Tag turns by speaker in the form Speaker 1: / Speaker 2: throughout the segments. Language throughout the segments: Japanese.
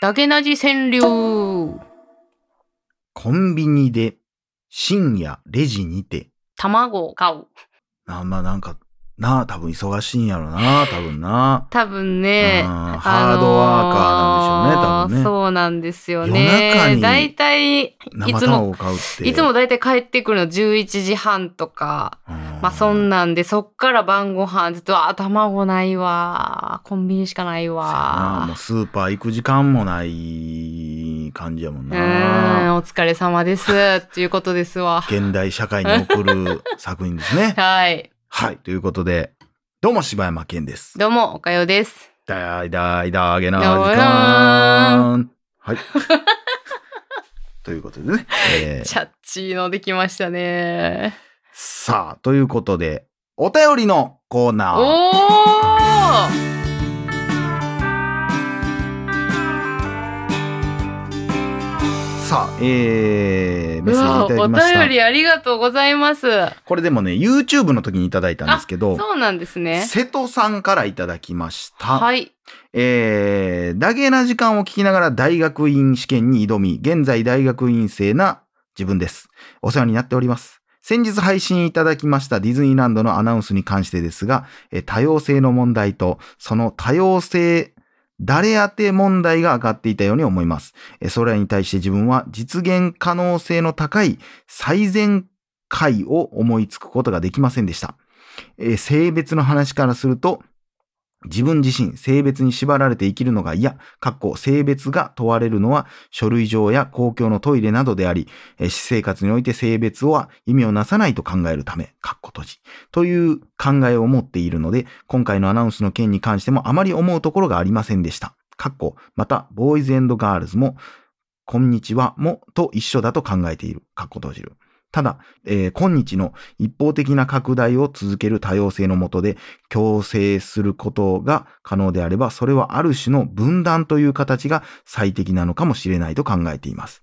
Speaker 1: ダゲナジ川柳。
Speaker 2: コンビニで深夜レジにて。
Speaker 1: 卵を買う。
Speaker 2: あんまなんか、なあ、多分忙しいんやろな、多分な。
Speaker 1: 多分ね、
Speaker 2: うんハードワーカーなんでしょうね多分ね
Speaker 1: そうなんですよ
Speaker 2: 夜中
Speaker 1: ね。
Speaker 2: に
Speaker 1: だいたい、い
Speaker 2: 生
Speaker 1: つ
Speaker 2: 卵
Speaker 1: も、
Speaker 2: を買うって。
Speaker 1: いつもだいたい帰ってくるの11時半とか。
Speaker 2: うん、
Speaker 1: まあそんなんで、そっから晩ご飯ずっと、あ、卵ないわ。コンビニしかない
Speaker 2: そうやな
Speaker 1: わ
Speaker 2: もう。スーパー行く時間もない感じやもん
Speaker 1: うー
Speaker 2: な。。
Speaker 1: ん、お疲れ様です。っていうことですわ
Speaker 2: 現代社会に送る作品ですね。
Speaker 1: はい。
Speaker 2: はい。ということで、どうも柴山健です。
Speaker 1: どうも、おかよです。
Speaker 2: だいだいだげな時
Speaker 1: ど
Speaker 2: 間。はい。ということでね。えー
Speaker 1: チャッチーのできましたね。
Speaker 2: さあ、ということで、お便りのコーナー。
Speaker 1: おー
Speaker 2: さあ、えー、メッ
Speaker 1: う
Speaker 2: セージ
Speaker 1: わ
Speaker 2: いただ
Speaker 1: お
Speaker 2: きました。
Speaker 1: 便りありがとうございます。
Speaker 2: これでもね、YouTube の時にいただいたんですけど、
Speaker 1: そうなんですね。
Speaker 2: 瀬戸さんからいただきました。
Speaker 1: はい。
Speaker 2: えー、ダゲな時間を聞きながら大学院試験に挑み、現在大学院生な自分です。お世話になっております。先日配信いただきましたディズニーランドのアナウンスに関してですが、えー多様性の問題と、その多様性、誰当て問題が上がっていたように思います。えーそれらに対して自分は実現可能性の高い最善解を思いつくことができませんでした。えー性別の話からすると、自分自身、性別に縛られて生きるのが嫌、かっこ性別が問われるのは書類上や公共のトイレなどであり、えー私生活において性別は意味をなさないと考えるため、かっこ閉じ、という考えを持っているので、今回のアナウンスの件に関してもあまり思うところがありませんでした。かっこ、また、ボーイズガールズも、こんにちはもと一緒だと考えている、かっこ閉じる。ただ、えー今日の一方的な拡大を続ける多様性のもとで、強制することが可能であれば、それはある種の分断という形が最適なのかもしれないと考えています。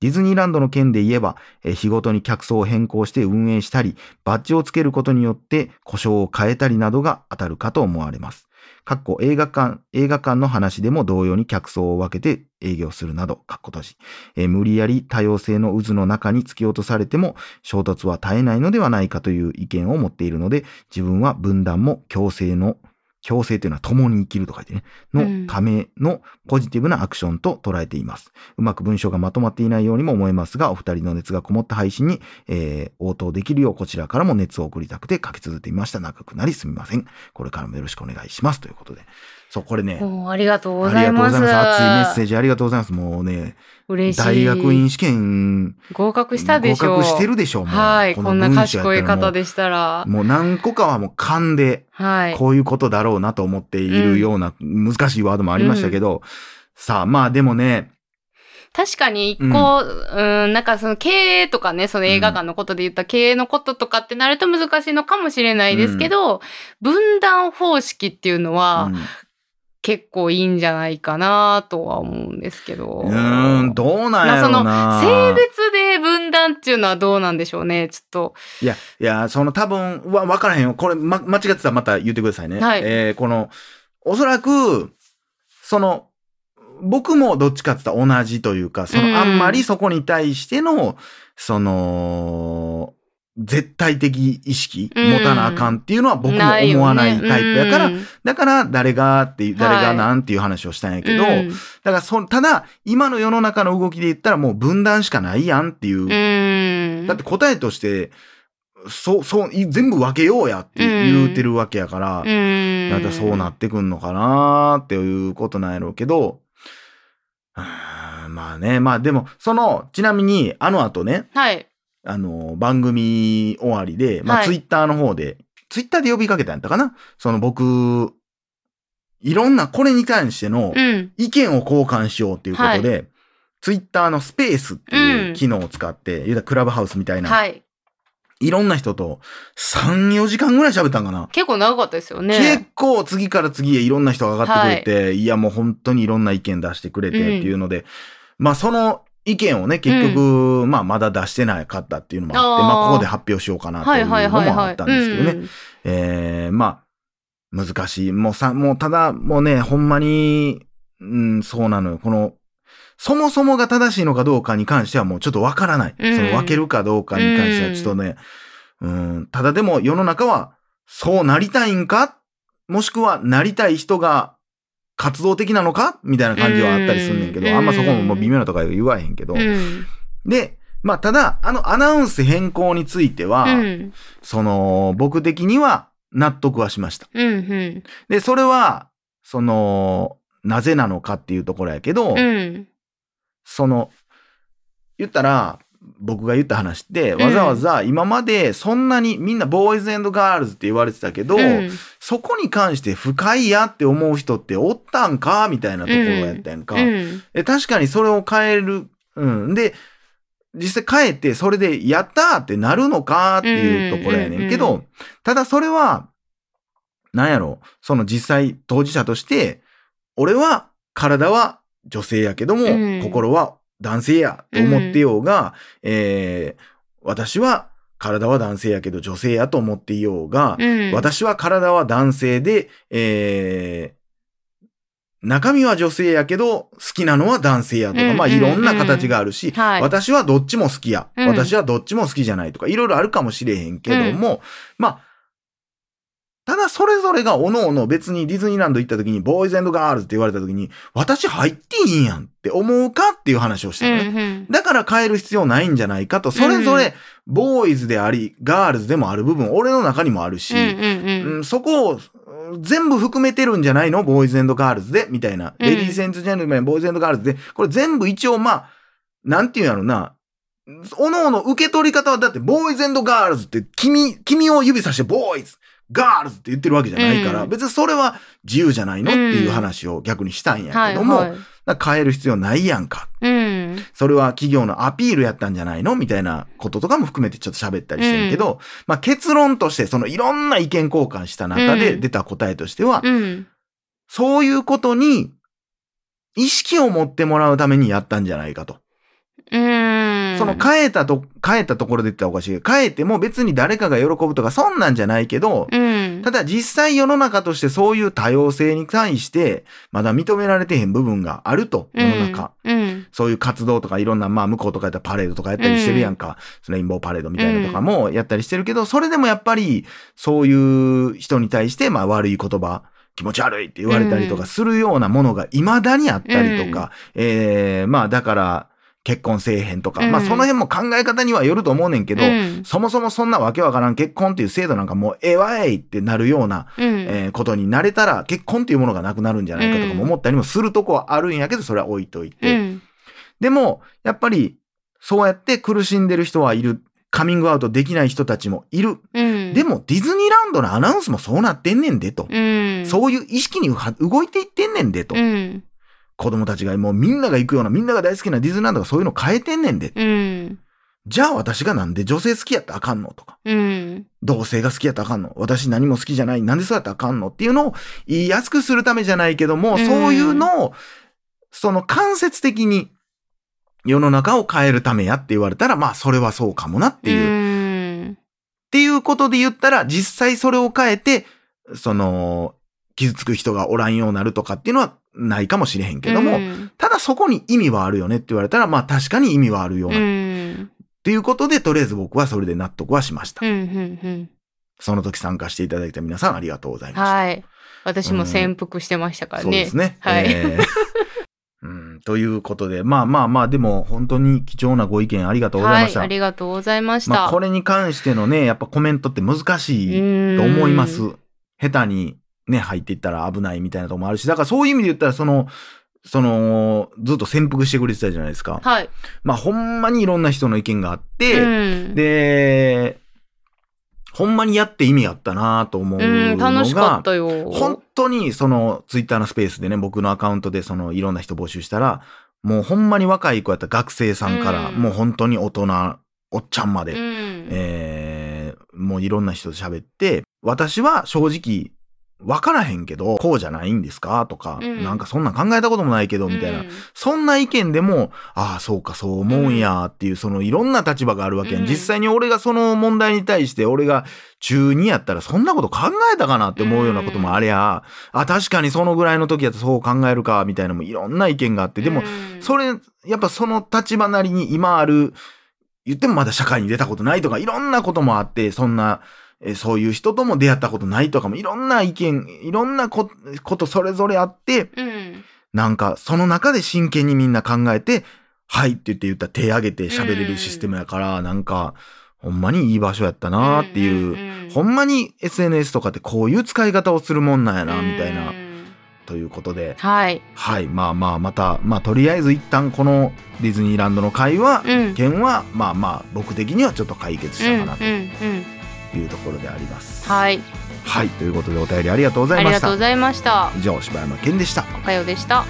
Speaker 2: ディズニーランドの件で言えば、えー日ごとに客層を変更して運営したり、バッジをつけることによって故障を変えたりなどが当たるかと思われます。かっこ映画館、映画館の話でも同様に客層を分けて営業するなど、かっこ閉じ、えー無理やり多様性の渦の中に突き落とされても衝突は絶えないのではないかという意見を持っているので、自分は分断も共生の、共生というのは共に生きると書いてね、
Speaker 1: うん
Speaker 2: のためのポジティブなアクションと捉えています。うまく文章がまとまっていないようにも思えますが、お二人の熱がこもった配信に、えー応答できるようこちらからも熱を送りたくて書き続けてみました。長くなりすみません。これからもよろしくお願いします。ということで。そう、これね、
Speaker 1: もうありがとうご
Speaker 2: あり
Speaker 1: ざい
Speaker 2: がとうご
Speaker 1: ます。
Speaker 2: ざいます。熱いメッセージありがとうございます。もうね、
Speaker 1: 嬉しい。
Speaker 2: 大学院試験
Speaker 1: 合格したでしょう。
Speaker 2: 合格してるでしょうもう
Speaker 1: はい。こ
Speaker 2: この
Speaker 1: んな
Speaker 2: 文章やった
Speaker 1: 賢
Speaker 2: ら
Speaker 1: い方でしたら。
Speaker 2: もう何個かはもう勘で、
Speaker 1: はい。
Speaker 2: こういうことだろうなと思っているような難しいワードもありましたけど、さあ、まあでもね、
Speaker 1: 確かに一個、うん、なんかその経営とかね、その映画館のことで言った経営のこととかってなると難しいのかもしれないですけど、分断方式っていうのは結構いいんじゃないかなとは思うんですけど。
Speaker 2: うん、うーんどうなんやろうな。
Speaker 1: 性別で分断っていうのはどうなんでしょうね。ちょっと。
Speaker 2: いや、いや、その多分、わ、わからへんよ。これ、ま、間違ってたらまた言ってくださいね。
Speaker 1: はい
Speaker 2: えーこの、おそらく、その、僕もどっちかって言ったら同じというか、そ
Speaker 1: うん
Speaker 2: の、あんまりそこに対しての、その、絶対的意識
Speaker 1: うん
Speaker 2: 持たなあかんっていうのは僕も
Speaker 1: ないよね
Speaker 2: 思わないタイプやから、
Speaker 1: うん
Speaker 2: だから誰がっていう、誰
Speaker 1: は
Speaker 2: が
Speaker 1: い
Speaker 2: なんていう話をしたんやけど、
Speaker 1: うん
Speaker 2: だからそ、ただ、今の世の中の動きで言ったらもう分断しかないやんっていう
Speaker 1: うん。
Speaker 2: だって答えとして、そう、そう、い全部分けようやって
Speaker 1: うん
Speaker 2: 言うてるわけやから、
Speaker 1: うん。
Speaker 2: なんかそうなってくんのかなーっていうことなんやろうけど、うーんまあね、まあでも、その、ちなみに、あの後ね、
Speaker 1: はい。
Speaker 2: あの、番組終わりで、ま
Speaker 1: は
Speaker 2: あ
Speaker 1: い
Speaker 2: ツイッターの方で、ツイッターで呼びかけたんやったかなその僕、いろんなこれに関しての
Speaker 1: うん。
Speaker 2: 意見を交換しようっていうことで、ツイッターのスペースっていう機能を使って、言うたらクラブハウスみたいな、
Speaker 1: はい。
Speaker 2: いろんな人と3、4時間ぐらい喋ったんかな。
Speaker 1: 結構長かったですよね。
Speaker 2: 結構次から次へいろんな人が上がってくれて、い、やもう本当にいろんな意見出してくれてっていうので、まあその意見をね、結局、まあまだ出してなかったっていうのもあって、
Speaker 1: あー
Speaker 2: まあここで発表しようかなと
Speaker 1: はいいは
Speaker 2: う
Speaker 1: い
Speaker 2: のも
Speaker 1: はい
Speaker 2: あ
Speaker 1: は
Speaker 2: っ
Speaker 1: い。
Speaker 2: たんですけどね。
Speaker 1: うん
Speaker 2: えーまあ、難しい。もうさ、もうただ、もうね、ほんまに、うん、そうなのよ。この、そもそもが正しいのかどうかに関してはもうちょっとわからない。
Speaker 1: うん
Speaker 2: その分けるかどうかに関してはちょっとね、うん、ただでも世の中はそうなりたいんかもしくはなりたい人が活動的なのかみたいな感じはあったりすんねんけど、
Speaker 1: うん
Speaker 2: あんまそこももう微妙なとか言わへんけど。
Speaker 1: うん。
Speaker 2: で、まあただ、あのアナウンス変更については、
Speaker 1: うん。
Speaker 2: その、僕的には納得はしました。
Speaker 1: うん。
Speaker 2: で、それは、その、なぜなのかっていうところやけど、
Speaker 1: うん。
Speaker 2: その、言ったら、僕が言った話って、
Speaker 1: ん
Speaker 2: わざわざ今までそんなにみんなボーイズガールズって言われてたけど、
Speaker 1: うん
Speaker 2: そこに関して不快やって思う人っておったんかみたいなところやったやんか。
Speaker 1: うん。
Speaker 2: で確かにそれを変える。うん。で、実際変えて、それで、やったーってなるのかっていうところやねんけど、
Speaker 1: うんうん
Speaker 2: ただそれは、なんやろ、その実際当事者として、俺は体は女性やけども、
Speaker 1: うん
Speaker 2: 心は男性やと思ってようが、えー私は体は男性やけど女性やと思っていようが、
Speaker 1: うん。
Speaker 2: 私は体は男性で、えー中身は女性やけど、好きなのは男性やと
Speaker 1: うんうん
Speaker 2: か、
Speaker 1: うん
Speaker 2: まあいろんな形があるし、
Speaker 1: はい
Speaker 2: 私はどっちも好きや、
Speaker 1: うん
Speaker 2: 私はどっちも好きじゃないとか、いろいろあるかもしれへんけども、まあ、ただそれぞれが各々別にディズニーランド行った時に、ボーイズガールズって言われた時に、私入っていいんやんって思うかっていう話をし
Speaker 1: う
Speaker 2: たのね。
Speaker 1: ん。うん。
Speaker 2: だから変える必要ないんじゃないかと、それぞ
Speaker 1: う
Speaker 2: れ、ボーイズであり、ガールズでもある部分、俺の中にもあるし、
Speaker 1: うん。うん。
Speaker 2: うん、そこをうん全部含めてるんじゃないのボーイズガールズでみたいな。
Speaker 1: うん
Speaker 2: レディースジェントルメン、ボーイズガールズで。これ全部一応まあ、なんていうんやろな。おのおの受け取り方は、だって、ボーイズガールズって、君、君を指さして、ボーイズ、ガールズって言ってるわけじゃないから、
Speaker 1: うん
Speaker 2: 別にそれは自由じゃないの、っていう話を逆にしたんや
Speaker 1: は
Speaker 2: け
Speaker 1: い。
Speaker 2: ども、
Speaker 1: はい
Speaker 2: だから変える必要ないやんか。
Speaker 1: うん。
Speaker 2: それは企業のアピールやったんじゃないのみたいなこととかも含めてちょっと喋ったりしてるけど、まあ結論として、そのいろんな意見交換した中で
Speaker 1: うん
Speaker 2: 出た答えとしては、
Speaker 1: うん。
Speaker 2: そういうことに意識を持ってもらうためにやったんじゃないかと。
Speaker 1: うん。
Speaker 2: その変えたと、変えたところで言ったらおかしいけど、変えても別に誰かが喜ぶとかそんなんじゃないけど、
Speaker 1: うん。
Speaker 2: ただ実際世の中としてそういう多様性に対して、まだ認められてへん部分があると、世の中。
Speaker 1: うん。
Speaker 2: そういう活動とかいろんな、まあ向こうとかやったらパレードとかやったりしてるやんか。そのレインボーパレードみたいなのとかもやったりしてるけど、それでもやっぱりそういう人に対して、まあ悪い言葉、気持ち悪いって言われたりと
Speaker 1: う
Speaker 2: か
Speaker 1: ん
Speaker 2: するようなものが未だにあったりとか、えーまあだから結婚せえへんとか、
Speaker 1: うん
Speaker 2: まあその辺も考え方にはよると思うねんけど、
Speaker 1: うん。
Speaker 2: そもそもそんなわけわからん結婚っていう制度なんかもうええわえいってなるような
Speaker 1: うん。
Speaker 2: えーことになれたら結婚っていうものがなくなるんじゃないかとかも思ったりもするとこはあるんやけど、それは置いとい
Speaker 1: う
Speaker 2: て。
Speaker 1: ん。
Speaker 2: でも、やっぱり、そうやって苦しんでる人はいる。カミングアウトできない人たちもいる。
Speaker 1: うん。
Speaker 2: でも、ディズニーランドのアナウンスもそうなってんねんでと。
Speaker 1: うん。
Speaker 2: そういう意識には動いていってんねんでと
Speaker 1: う。ん。
Speaker 2: 子供たちがもうみんなが行くような、みんなが大好きなディズニーランドがそういうの変えてんねんで。
Speaker 1: うん。
Speaker 2: じゃあ私がなんで女性好きやったらあかんのとか。
Speaker 1: うん。
Speaker 2: 同性が好きやったらあかんの私何も好きじゃないなんでそうやったらあかんのっていうのを言いやすくするためじゃないけども、
Speaker 1: うん
Speaker 2: そういうのを、その間接的に世の中を変えるためやって言われたら、まあそれはそうかもなっていう。
Speaker 1: う
Speaker 2: っ
Speaker 1: ん。
Speaker 2: ていうことで言ったら、実際それを変えて、その、傷つく人がおらんようになるとかっていうのはないかもしれへんけども、
Speaker 1: うん。
Speaker 2: ただそこに意味はあるよねって言われたら、まあ確かに意味はあるよう
Speaker 1: う
Speaker 2: な。っ
Speaker 1: ん。
Speaker 2: ていうことで、とりあえず僕はそれで納得はしました。
Speaker 1: うん。うん。
Speaker 2: その時参加していただいた皆さんありがとうございました。
Speaker 1: はい。私も潜伏してましたから
Speaker 2: そうで
Speaker 1: ね
Speaker 2: す。ね。
Speaker 1: はい
Speaker 2: えーうん、ということで、まあまあまあ、でも本当に貴重なご意見ありがとうござい
Speaker 1: は
Speaker 2: まし
Speaker 1: い。
Speaker 2: た。
Speaker 1: ありがとうございました。
Speaker 2: まあ、これに関してのね、やっぱコメントって難しいと
Speaker 1: と
Speaker 2: 思います。下手にね、入っていったら危ないみたいなとこもあるし、だからそういう意味で言ったら、その、その、ずっと潜伏してくれてたじゃないですか。
Speaker 1: はい。
Speaker 2: まあ、ほんまにいろんな人の意見があって、
Speaker 1: うん、
Speaker 2: で、ほんまにやって意味あったなと思う
Speaker 1: う
Speaker 2: の
Speaker 1: ん、
Speaker 2: が、
Speaker 1: 楽しかったよ。
Speaker 2: 本当にそのツイッターのスペースでね、僕のアカウントでそのいろんな人募集したら、もうほんまに若い子やったら学生さんから、
Speaker 1: うん
Speaker 2: もう本当に大人、おっちゃんまで、
Speaker 1: うん。
Speaker 2: えーもういろんな人と喋って、私は正直わからへんけど、こうじゃないんですかとか、
Speaker 1: うん
Speaker 2: なんかそんなん考えたこともないけど、みたいな。そんな意見でも、ああ、そうか、そう思うんやっていう、そのいろんな立場があるわけやん。
Speaker 1: うん
Speaker 2: 実際に俺がその問題に対して、俺が中2やったら、そんなこと考えたかなって思うようなこともありゃ、あ、確かにそのぐらいの時だとそう考えるか、みたいなのもいろんな意見があって、でも、そ
Speaker 1: れ
Speaker 2: れ、やっぱその立場なりに今ある、言ってもまだ社会に出たことないとか、いろんなこともあって、そんな、えーそういう人とも出会ったことないとかも、いろんな意見、いろんなこことそれぞれあって、
Speaker 1: うん
Speaker 2: なんか、その中で真剣にみんな考えて、はいって言って言ったら手挙げて喋れるシステムやから、なんか、ほんまにいい場所やったなーっていう、
Speaker 1: うん
Speaker 2: ほんまに SNS とかってこういう使い方をするもんなんやな、
Speaker 1: うん
Speaker 2: みたいな
Speaker 1: う、ん
Speaker 2: ということで、
Speaker 1: はい
Speaker 2: はい、まあまあ、また、まあとりあえず一旦このディズニーランドの会は、
Speaker 1: うん
Speaker 2: 件は、まあまあ、僕的にはちょっと解決し
Speaker 1: うん
Speaker 2: た
Speaker 1: う
Speaker 2: か
Speaker 1: ん
Speaker 2: なと
Speaker 1: うん
Speaker 2: いうところであります。い。
Speaker 1: はい
Speaker 2: はい、ということでお便りありがとうござ
Speaker 1: あ
Speaker 2: い
Speaker 1: り
Speaker 2: ま
Speaker 1: が
Speaker 2: し
Speaker 1: とう
Speaker 2: た
Speaker 1: ご。ざいました
Speaker 2: 以上、柴山健でした。
Speaker 1: おかよでした